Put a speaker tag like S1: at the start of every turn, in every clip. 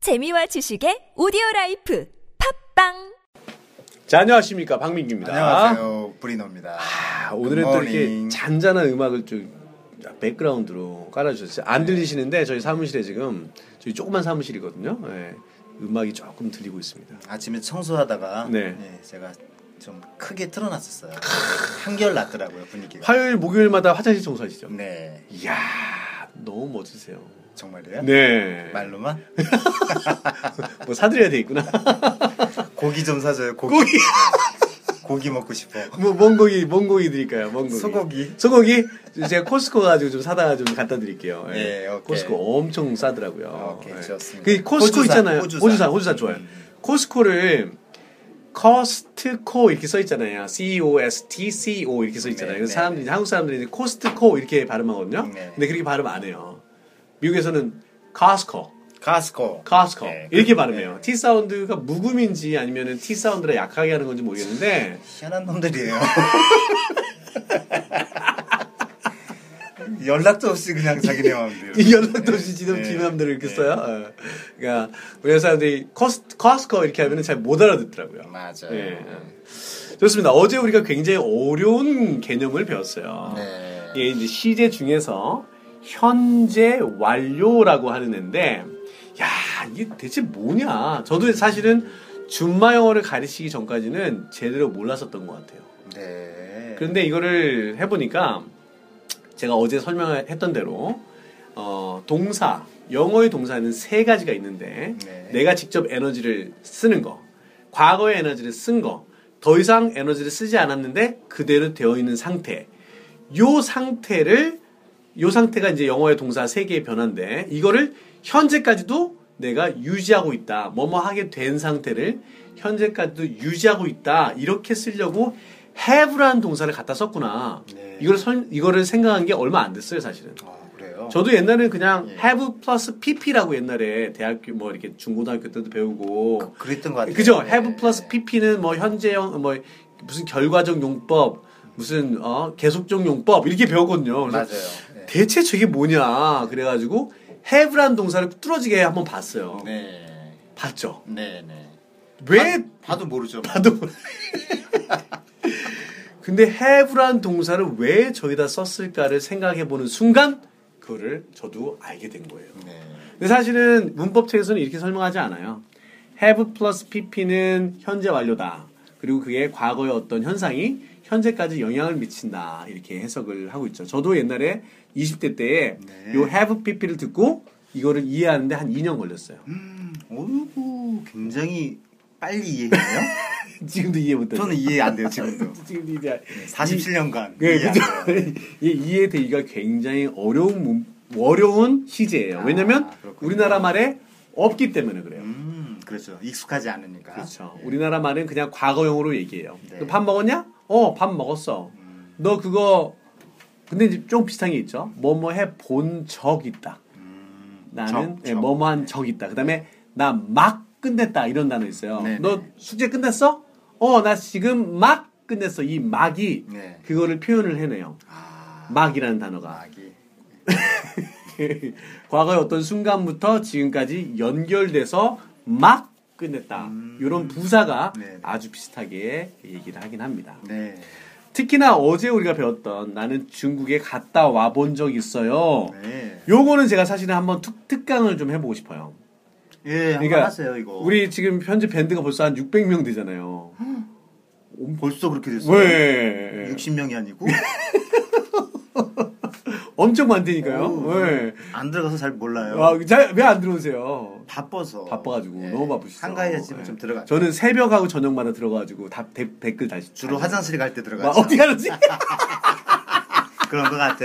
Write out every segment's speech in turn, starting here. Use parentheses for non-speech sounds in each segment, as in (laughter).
S1: 재미와 지식의 오디오 라이프 팝빵
S2: 자, 안녕하십니까. 박민규입니다.
S3: 안녕하세요. 브리노입니다.
S2: 아, 오늘은 또 이렇게
S3: 굿모닝.
S2: 잔잔한 음악을 좀 백그라운드로 깔아주셨어요.
S3: 네.
S2: 안 들리시는데 저희 사무실에 지금 저희 조그만 사무실이거든요. 예, 음악이 조금 들리고 있습니다.
S3: 아침에 청소하다가
S2: 네.
S3: 예, 제가 좀 크게 틀어놨었어요. 한결 났더라고요 분위기가.
S2: 화요일, 목요일마다 화장실 청소하시죠?
S3: 네,
S2: 이야, 너무 멋지세요.
S3: 정말요?
S2: 네.
S3: 말로만
S2: 뭐 사드려야 되겠구나.
S3: 고기 좀 사줘요. 고기.
S2: 고기.
S3: 네. 고기 먹고 싶어.
S2: 뭐, 뭔 고기, 뭔 고기 드릴까요? 뭔 고기.
S3: 소고기.
S2: 소고기? 제가 코스코 가지고 좀 사다가 좀 갖다 드릴게요. 예.
S3: 예, 오케이.
S2: 코스코 엄청 싸더라고요.
S3: 오케이,
S2: 예.
S3: 좋습니다.
S2: 그 코스코
S3: 호주산,
S2: 있잖아요. 호주산,
S3: 호주산.
S2: 호주산, 좋아요.
S3: 음.
S2: 코스코를 코스트코 이렇게 써 있잖아요. C O S T C O 이렇게 써 있잖아요.
S3: 네,
S2: 그래서
S3: 네,
S2: 사람들이 한국 사람들이 이제 코스트코 이렇게 발음하거든요.
S3: 네.
S2: 근데 그렇게 발음 안 해요. 미국에서는 코스코
S3: 가스코.
S2: 카스커
S3: 네,
S2: 이렇게
S3: 그-
S2: 발음해요.
S3: 네.
S2: T 사운드가 묵음인지 아니면은 T 사운드라 약하게 하는 건지 모르겠는데 (laughs)
S3: 희한한 놈들이에요. 연락도 없이 그냥 자기네 마음대로.
S2: 이 연락도 없이 지금
S3: 네.
S2: 지맘대로 이렇게
S3: 네.
S2: 써요. 어. 그러니까 우리 사람들이 코스 코스커 이렇게 하면은 잘 못 알아듣더라고요.
S3: 맞아요.
S2: 예. 좋습니다. 어제 우리가 굉장히 어려운 개념을 배웠어요.
S3: 네.
S2: 이게 이제 시제 중에서 현재 완료라고 하는 애인데, 야, 이게 대체 뭐냐. 저도 사실은 준마 영어를 가르치기 전까지는 제대로 몰랐었던 것 같아요.
S3: 네.
S2: 그런데 이거를 해보니까 제가 어제 설명했던 대로 어, 동사 영어의 동사는 세 가지가 있는데
S3: 네.
S2: 내가 직접 에너지를 쓰는 거 과거의 에너지를 쓴 거 더 이상 에너지를 쓰지 않았는데 그대로 되어 있는 상태 요 상태를 요 상태가 이제 영어의 동사 세 개의 변화인데 이거를 현재까지도 내가 유지하고 있다. 뭐뭐 하게 된 상태를 현재까지도 유지하고 있다. 이렇게 쓰려고 have라는 동사를 갖다 썼구나.
S3: 네.
S2: 이걸 설, 이거를 생각한 게 얼마 안 됐어요, 사실은.
S3: 아, 그래요?
S2: 저도 옛날에는 그냥
S3: 예.
S2: have plus pp라고 옛날에 대학교 뭐 이렇게 중고등학교 때도 배우고
S3: 그랬던 것 같아요.
S2: 그죠?
S3: 네.
S2: have plus pp는 뭐 현재형 뭐 무슨 결과적 용법 무슨 어 계속적 용법 이렇게 배웠거든요. 그래서
S3: 맞아요. 네.
S2: 대체 저게 뭐냐 그래가지고 have란 동사를 뚫어지게 한번 봤어요.
S3: 네.
S2: 봤죠.
S3: 네, 네.
S2: 왜
S3: 봐도 (laughs) 모르죠.
S2: 봐도 근데 have란 동사를 왜 저기다 썼을까를 생각해보는 순간 그거를 저도 알게 된 거예요.
S3: 네.
S2: 근데 사실은 문법책에서는 이렇게 설명하지 않아요. have plus pp는 현재 완료다. 그리고 그게 과거의 어떤 현상이 현재까지 영향을 미친다. 이렇게 해석을 하고 있죠. 저도 옛날에 20대 때에
S3: 네.
S2: 요 have pp를 듣고 이거를 이해하는데 한 2년 걸렸어요.
S3: 음, 어이구, 굉장히 빨리
S2: (laughs)
S3: 이해했네요.
S2: 지금도 이해 못해요.
S3: 저는 이해 안 돼요, 지금도.
S2: 지금도 이해
S3: 47년간.
S2: 네,
S3: 이해 안
S2: 그죠.
S3: 돼요.
S2: (laughs) 이 이해되기가 굉장히 어려운 문- 어려운 시제예요. 왜냐면
S3: 아, 그렇군요.
S2: 우리나라 말에 없기 때문에 그래요.
S3: 음, 그렇죠. 익숙하지 않으니까.
S2: 그렇죠. 우리나라 말은 그냥 과거형으로 얘기해요.
S3: 네. 음.
S2: 너 밥 먹었냐? 어, 밥 먹었어. 너 그거 근데 이제 좀 비슷한 게 있죠. 뭐뭐 해 본 적 있다.
S3: 음,
S2: 나는
S3: 적, 네.
S2: 예,
S3: 적.
S2: 뭐뭐 한 적 있다. 그다음에 나 막 끝냈다 이런 단어 있어요.
S3: 네,
S2: 너
S3: 네.
S2: 숙제 끝냈어? 어, 나 지금 막 끝냈어. 이 막이
S3: 네.
S2: 그거를 표현을 해내요.
S3: 아,
S2: 막이라는 단어가
S3: 마기.
S2: (laughs) 과거의 어떤 순간부터 지금까지 연결돼서 막 끝냈다. 이런 부사가
S3: 음. 네네.
S2: 아주 비슷하게 얘기를 하긴 합니다.
S3: 네.
S2: 특히나 어제 우리가 배웠던 나는 중국에 갔다 와 본 적 있어요.
S3: 네.
S2: 요거는 제가 사실은 한번 특, 특강을 좀 해보고 싶어요.
S3: 예, 한번
S2: 그러니까
S3: 하세요, 이거.
S2: 우리 지금 현재 밴드가 벌써 한 600명 되잖아요.
S3: 벌써 그렇게 됐어요.
S2: 왜? 네.
S3: 60명이 아니고.
S2: 엄청 많다니까요.
S3: 오,
S2: 왜?
S3: 안 들어가서 잘 몰라요.
S2: 왜안 들어오세요?
S3: 바빠서.
S2: 바빠가지고
S3: 예.
S2: 너무 바쁘시죠.
S3: 한가해 지금 좀
S2: 예.
S3: 들어가.
S2: 저는 아, 새벽하고 저녁마다 들어가가지고 답 대- 댓글 다시
S3: 주로
S2: 다시
S3: 화장실 갈 때 들어가.
S2: 막 어디
S3: (laughs)
S2: 가는지 (laughs) 어.
S3: 그런 것 같아.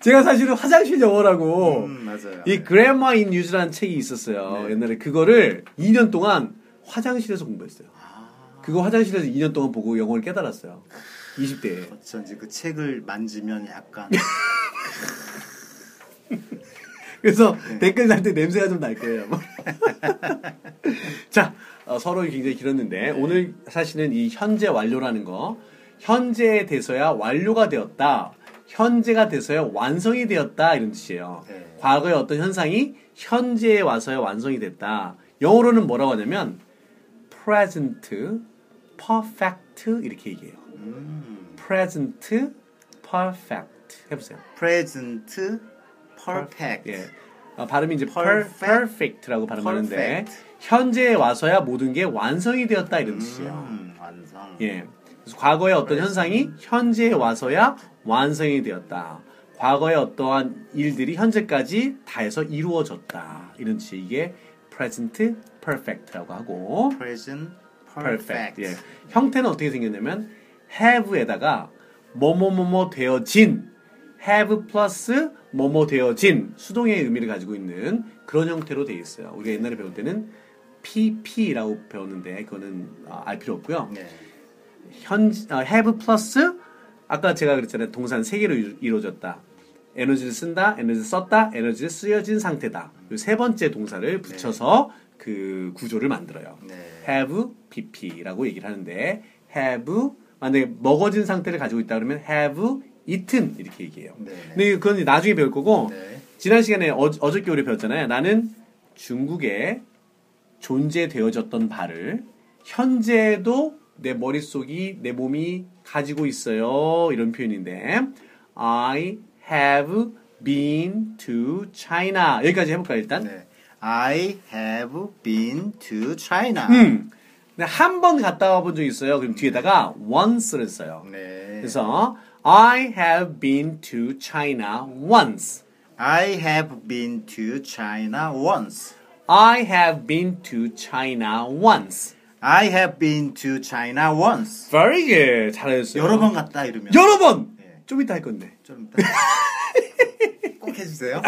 S2: 제가 사실은 화장실 영어라고
S3: 음, 맞아요.
S2: 이 Grammar in Use라는 책이 있었어요.
S3: 네.
S2: 옛날에 그거를 2년 동안 화장실에서 공부했어요.
S3: 아.
S2: 그거 화장실에서 2년 동안 보고 영어를 깨달았어요. 20대에.
S3: 어쩐지 그 책을 만지면 약간 (laughs)
S2: 그래서 댓글 달 때 냄새가 좀 날 거예요. (laughs) 아마. 자, 어, 서론이 굉장히 길었는데 오늘 사실은 이 현재 완료라는 거 현재에 돼서야 완료가 되었다. 현재가 돼서야 완성이 되었다 이런 뜻이에요.
S3: 네.
S2: 과거의 어떤 현상이 현재에 와서야 완성이 됐다. 영어로는 뭐라고 하냐면 present, perfect 이렇게 얘기해요. present, perfect 해보세요.
S3: present perfect.
S2: 예. 아, 발음이 이제 per,
S3: Perfect.
S2: perfect라고 발음하는데
S3: Perfect.
S2: 현재에 와서야 모든 게 완성이 되었다 이런 뜻이에요.
S3: 음, 완성.
S2: 예. 그래서 과거의 어떤 현상이 현재에 와서야 완성이 되었다. 과거의 어떠한 일들이 현재까지 다해서 이루어졌다. 이런 뜻이 이게 present perfect라고 하고
S3: present perfect.
S2: perfect. 예. 형태는 어떻게 생겼냐면 have에다가 뭐뭐뭐뭐 되어진 have 플러스 뭐뭐 되어진 수동의 의미를 가지고 있는 그런 형태로 되어 있어요. 우리가 옛날에 배울 때는 pp라고 배웠는데 그거는 아, 알 필요 없고요.
S3: 네.
S2: 현 아, have 플러스 아까 제가 그랬잖아요 동산 세 개로 이루- 이루어졌다 에너지를 쓴다 에너지를 썼다 에너지를 쓰여진 상태다 요 세 번째 동사를 붙여서 그 구조를 만들어요
S3: 네.
S2: have pp라고 얘기를 하는데 have 만약에 먹어진 상태를 가지고 있다 그러면 have eaten 이렇게 얘기해요
S3: 네.
S2: 근데 그건 이제 나중에 배울 거고
S3: 네.
S2: 지난 시간에 어, 어저께 우리 배웠잖아요. 나는 중국에 존재되어졌던 바를 현재도 내 머릿속이 내 몸이 가지고 있어요. 이런 표현인데 I have been to China. 여기까지 해볼까요 일단?
S3: 네. I have been to China.
S2: 음. 근데 한 번 갔다 와본 적 있어요. 그럼 뒤에다가 once를 써요.
S3: 네.
S2: 그래서 I have been to China once.
S3: I have been to China once.
S2: I have been to China once.
S3: I have been to China once.
S2: Very good. 잘하셨어요.
S3: 여러 번 갔다 이러면
S2: 여러 번.
S3: 예.
S2: 좀 이따 할 건데.
S3: 좀 이따 꼭 해주세요.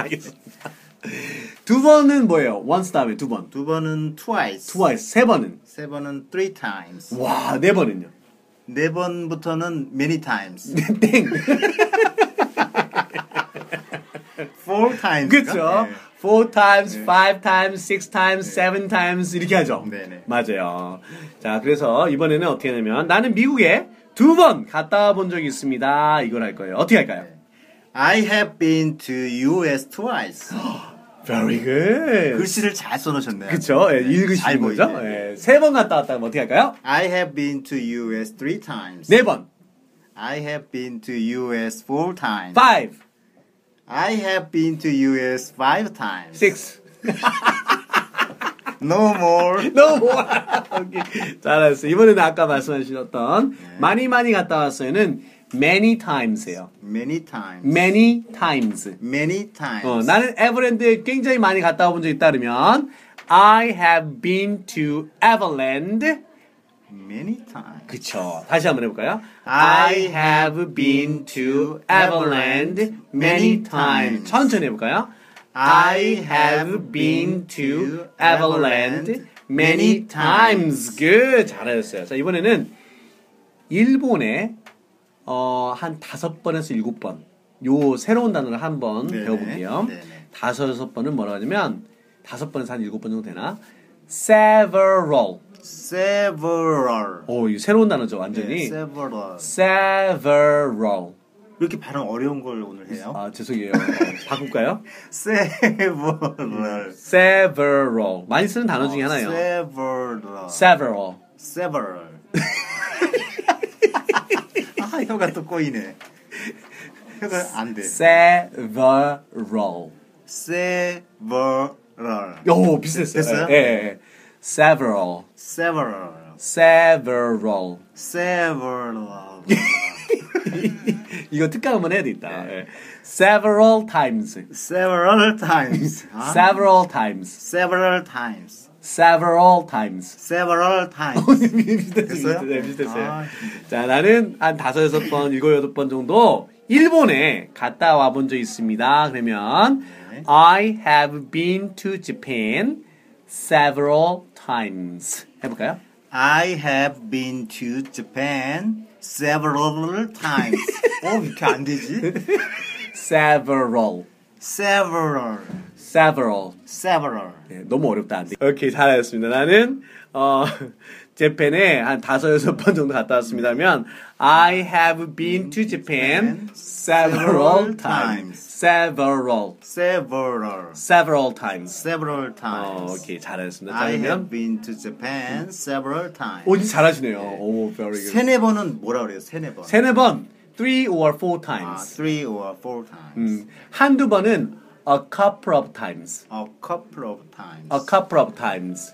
S2: 두 번은 뭐예요? once 다음에 두 번.
S3: 두 번은 twice.
S2: twice. 세 번은.
S3: 세 번은 three times.
S2: 와, 네 번은요.
S3: 네 번부터는
S2: (laughs)
S3: many times.
S2: 네, 땡.
S3: four times. 네.
S2: 그렇죠. four times, five times, six times, seven times 이렇게 하죠.
S3: 네네.
S2: 맞아요. 자, 그래서 이번에는 어떻게 하냐면 나는 미국에 두 번 갔다 와 본 적이 있습니다. 이걸 할 거예요. 어떻게 할까요?
S3: 네. I have been to US twice.
S2: Very good.
S3: 글씨를 잘 써놓으셨네요.
S2: 그렇죠. 예,
S3: 네,
S2: 읽으시는
S3: 잘
S2: 거죠.
S3: 보이게.
S2: 예, 세 번 갔다 왔다 하면 어떻게 할까요?
S3: I have been to US three times.
S2: 네 번.
S3: I have been to US four times.
S2: five,
S3: I have been to US five times.
S2: six.
S3: No more.
S2: 너무 모아. 오케이. 잘했어. 이번에는 아까 말씀하셨던 많이 많이 갔다 왔어요는 many times예요.
S3: Many times.
S2: many times.
S3: Many times.
S2: 어, 나는 에버랜드에 굉장히 많이 갔다 와본 적 있다면 I have been to Everland.
S3: Many times.
S2: 그쵸. 다시 한번 해볼까요?
S3: I have been to Everland many times.
S2: 천천히 해볼까요? I have been to Everland many times. Good. 잘하셨어요. 자, 이번에는 일본에 어, 한 다섯 번에서 일곱 번. 요 새로운 단어를 한번
S3: 네네.
S2: 배워볼게요.
S3: 네네.
S2: 다섯, 여섯 번은 뭐라고 하냐면 다섯 번에서 한 일곱 번 정도 되나? several.
S3: Several.
S2: 오, 이 새로운 단어죠, 완전히.
S3: 네, several.
S2: several.
S3: 이렇게 발음 어려운 걸 오늘 해요?
S2: 아, 죄송해요. 바꿀까요?
S3: Several.
S2: several. 많이 쓰는 단어 음. 중에 하나예요.
S3: Several.
S2: several. (laughs)
S3: Several. 아, 혀가 또 꼬이네. 혀가 안 돼.
S2: several.
S3: Several.
S2: 오, 비슷했어요.
S3: 됐어요?
S2: 예, 예, 예. several.
S3: Several.
S2: several.
S3: Several.
S2: 이거 특강 한번 해야 되겠다. 예. several times.
S3: Several
S2: (laughs)
S3: times. 아?
S2: several times.
S3: Several times.
S2: several times. (laughs)
S3: Several times.
S2: 비슷했어요?
S3: 됐어요?
S2: 네, 비슷했어요.
S3: 아,
S2: 자, 나는 한 다섯, 여섯 번, 일곱, 여덟 번 정도 일본에 갔다 와 본 적 있습니다. 그러면
S3: 네.
S2: I have been to Japan several times. 해볼까요?
S3: I have been to Japan
S2: (laughs)
S3: several times. 어, 왜 이렇게 안 되지?
S2: Several.
S3: several,
S2: several.
S3: several.
S2: 네, 너무 어렵다 안 돼. 오케이 잘 알았습니다. 나는 어 (laughs) 재팬에 한 다섯 여섯 번 정도 갔다 왔습니다면 I have been to Japan several times. Several.
S3: several,
S2: Several times.
S3: several times.
S2: 어, 오케이 잘하셨습니다.
S3: I have
S2: 잘하면
S3: been to Japan several times.
S2: 오지 잘하시네요. 오, very good.
S3: 세네 번은 뭐라 그래요? 세네 번.
S2: 세네 번 three or four
S3: 아, 네.
S2: times.
S3: three or four times.
S2: 음, 한두 번은 a couple of times.
S3: A couple of times.
S2: A couple of times.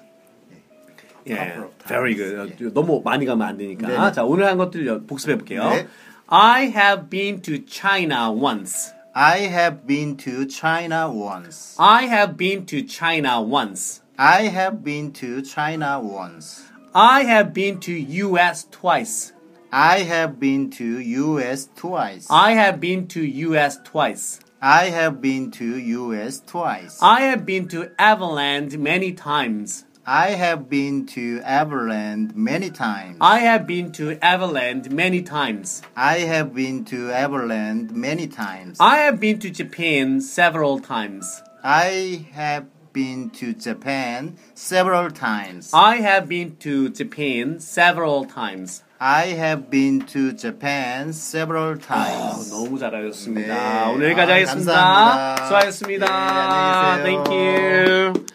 S2: 예,
S3: 네. couple of times. 네.
S2: very good. 어, 너무 많이 가면 안 되니까.
S3: 네네.
S2: 자, 오늘 한 것들 복습해 볼게요.
S3: 네.
S2: I have been to China once.
S3: I have been to China once.
S2: I have been to China once.
S3: I have been to China once.
S2: I have been to US twice.
S3: I have been to US twice.
S2: I have been to US twice.
S3: I have been to US twice.
S2: I have been to Everland many times.
S3: I have been to Everland many times.
S2: I have been to Everland many times.
S3: I have been to Everland many times.
S2: I have been to Japan several times.
S3: I have been to Japan several times.
S2: I have been to Japan several times.
S3: I have been to Japan several times.
S2: 너무 잘하셨습니다.
S3: 네.
S2: 오늘 여기까지
S3: 아,
S2: 하겠습니다.
S3: 감사합니다.
S2: 수고하셨습니다.
S3: 예, 안녕히 계세요.
S2: Thank you.